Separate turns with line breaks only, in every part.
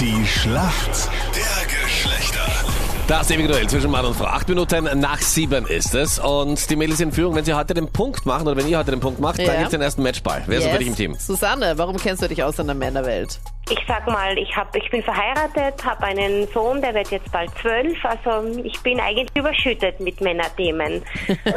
Die Schlacht der Geschlechter.
Das ewige Duell zwischen Mann und Frau. Acht Minuten nach sieben ist es. Und die Mädels in Führung, wenn sie heute den Punkt machen oder wenn ihr heute den Punkt macht, dann
Ja.
gibt's den ersten Matchball. Wer ist yes. für dich im Team?
Susanne, warum kennst du dich aus in der Männerwelt?
Ich sag mal, ich, hab, ich bin verheiratet, habe einen Sohn, der wird jetzt bald zwölf. Also ich bin eigentlich überschüttet mit Männerthemen.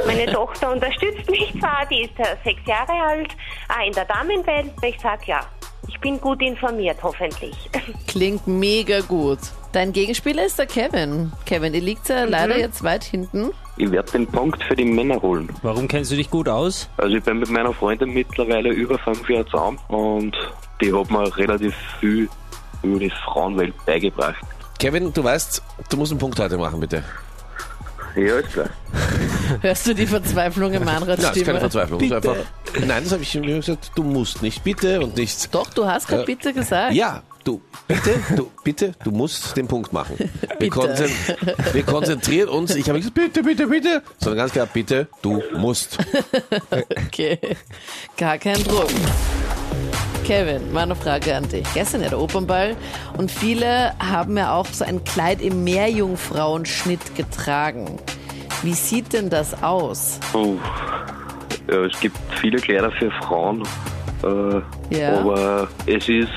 Meine Tochter unterstützt mich zwar, die ist äh, sechs Jahre alt, ah, in der Damenwelt. Ich sag ja, ich bin gut informiert, hoffentlich.
Klingt mega gut. Dein Gegenspieler ist der Kevin. Kevin, ihr liegt ja leider jetzt weit hinten.
Ich werde den Punkt für die Männer holen.
Warum kennst du dich gut aus?
Also ich bin mit meiner Freundin mittlerweile über fünf Jahre zusammen und die hat mir relativ viel über die Frauenwelt beigebracht.
Kevin, du weißt, du musst einen Punkt heute machen, bitte.
Ja, ist klar.
Hörst du die Verzweiflung im
Nein,
Anrats
das ist
Stimme?
keine Verzweiflung. Das ist
Bitte.
einfach, nein, das habe ich mir gesagt, du musst nicht, bitte und nichts.
Doch, du hast gerade
Äh,
bitte gesagt.
Ja, du, bitte, du, bitte, du musst den Punkt machen. Wir,
Bitte.
konzen- wir konzentrieren uns, ich habe nicht gesagt, bitte, bitte, bitte, sondern ganz klar, bitte, du musst.
Okay. Gar kein Druck. Kevin, meine Frage an dich. Gestern ja der Opernball und viele haben ja auch so ein Kleid im Meerjungfrauenschnitt getragen. Wie sieht denn das aus?
Puh. Ja, es gibt viele Kleider für Frauen. Äh,
Ja.
Aber es ist äh,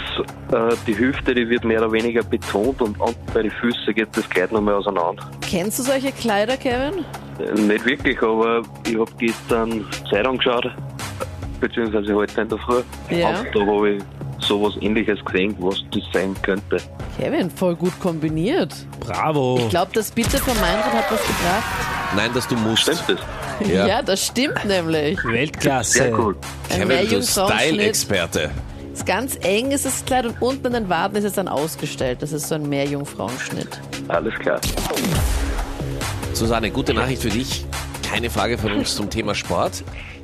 die Hüfte, die wird mehr oder weniger betont und an- bei den Füßen geht das Kleid nochmal auseinander.
Kennst du solche Kleider, Kevin?
Äh, Nicht wirklich, aber ich habe gestern Zeitung geschaut, beziehungsweise heute in der Früh.
Ja.
Und da habe ich sowas ähnliches gesehen, was das sein könnte.
Kevin, voll gut kombiniert.
Bravo.
Ich glaube, das Bitte von Meinrad hat was gebracht.
Nein, dass du musst.
Stimmt das?
Ja.
Ja, das stimmt nämlich.
Weltklasse.
Sehr cool.
Ein
Kevin, du
Meerjungfrauenschnitt.
Style-Experte.
Ist Ganz eng ist das Kleid und unten an den Waden ist es dann ausgestellt. Das ist so ein Meerjungfrauenschnitt.
Alles klar.
Susanne, gute Nachricht für dich. Keine Frage von uns zum Thema Sport.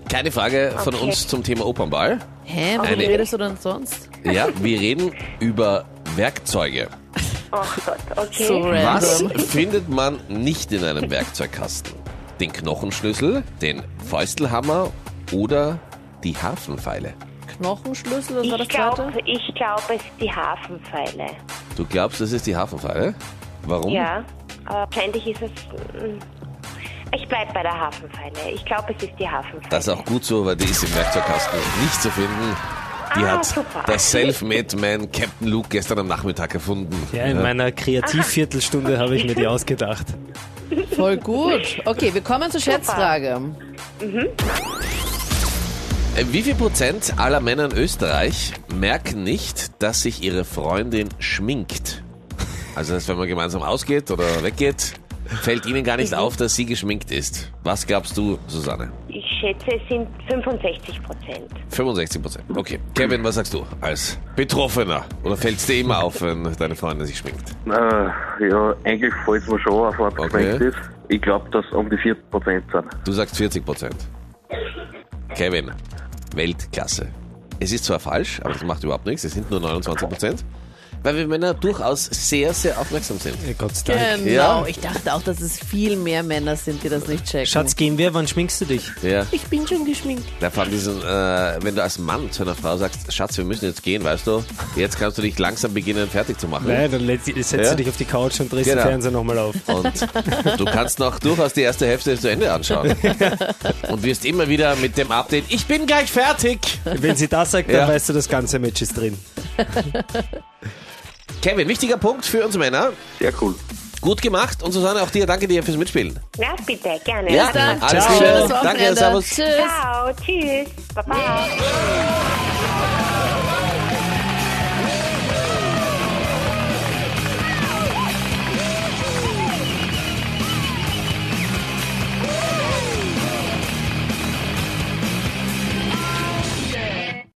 Keine Frage von
Okay.
uns zum Thema Opernball.
Hä, worüber
Eine-
redest du denn sonst?
Ja, wir reden über Werkzeuge.
Ach Gott, okay.
So
Was
random.
findet man nicht in einem Werkzeugkasten? Den Knochenschlüssel, den Fäustelhammer oder die Harfenpfeile?
Knochenschlüssel, was war das
Ich
zweite?
glaube, ich glaube, es ist die Hafenpfeile.
Du glaubst, das ist die Harfenpfeile? Warum?
Ja, aber wahrscheinlich ist es. mm, Ich bleib bei der Hafenpfeile. Ich glaube, es ist die Hafenpfeile.
Das ist auch gut so, weil die ist im Werkzeugkasten nicht zu finden. Die
Ah,
hat
super.
der Self-Made-Man Captain Luke gestern am Nachmittag gefunden.
Ja, in meiner Kreativviertelstunde habe ich mir die ausgedacht.
Voll gut. Okay, wir kommen zur Schätzfrage.
Äh, Wie viel Prozent aller Männer in Österreich merken nicht, dass sich ihre Freundin schminkt? Also, dass wenn man gemeinsam ausgeht oder weggeht, fällt ihnen gar nicht auf, dass sie geschminkt ist. Was glaubst du, Susanne?
Ich schätze, es sind 65 Prozent.
65 Prozent. Okay. Kevin, was sagst du als Betroffener? Oder fällt es dir immer auf, wenn deine Freundin sich schminkt?
Äh, ja, eigentlich fällt es mir schon auf, was
Okay.
okay. ist. Ich glaube, dass um die 4% sind.
Du sagst 40 Prozent. Kevin, Weltklasse. Es ist zwar falsch, aber das macht überhaupt nichts. Es sind nur 29 Prozent. Weil wir Männer durchaus sehr, sehr aufmerksam sind.
Ja, Gott sei Dank.
Genau.
Ja.
Ich dachte auch, dass es viel mehr Männer sind, die das nicht checken.
Schatz, gehen wir, wann schminkst du dich?
Ja.
ich bin schon geschminkt.
Na, vor allem diesen, äh, wenn du als Mann zu einer Frau sagst, Schatz, wir müssen jetzt gehen, weißt du, jetzt kannst du dich langsam beginnen, fertig zu machen.
Nein, dann let- setzt
Ja.
du dich auf die Couch und drehst
Genau.
den Fernseher nochmal auf.
Und du kannst noch durchaus die erste Hälfte zu Ende anschauen. Und wirst immer wieder mit dem Update, ich bin gleich fertig.
Wenn sie das sagt,
Ja.
dann weißt du, das ganze Match ist drin.
Kevin, wichtiger Punkt für uns Männer.
Sehr cool.
Gut gemacht und Susanne, auch dir, danke dir fürs Mitspielen.
Ja, bitte, gerne.
Dann
alles
Ciao.
Liebe.
Schönes
Danke,
Wochenende.
servus.
Tschüss.
Ciao, tschüss, baba.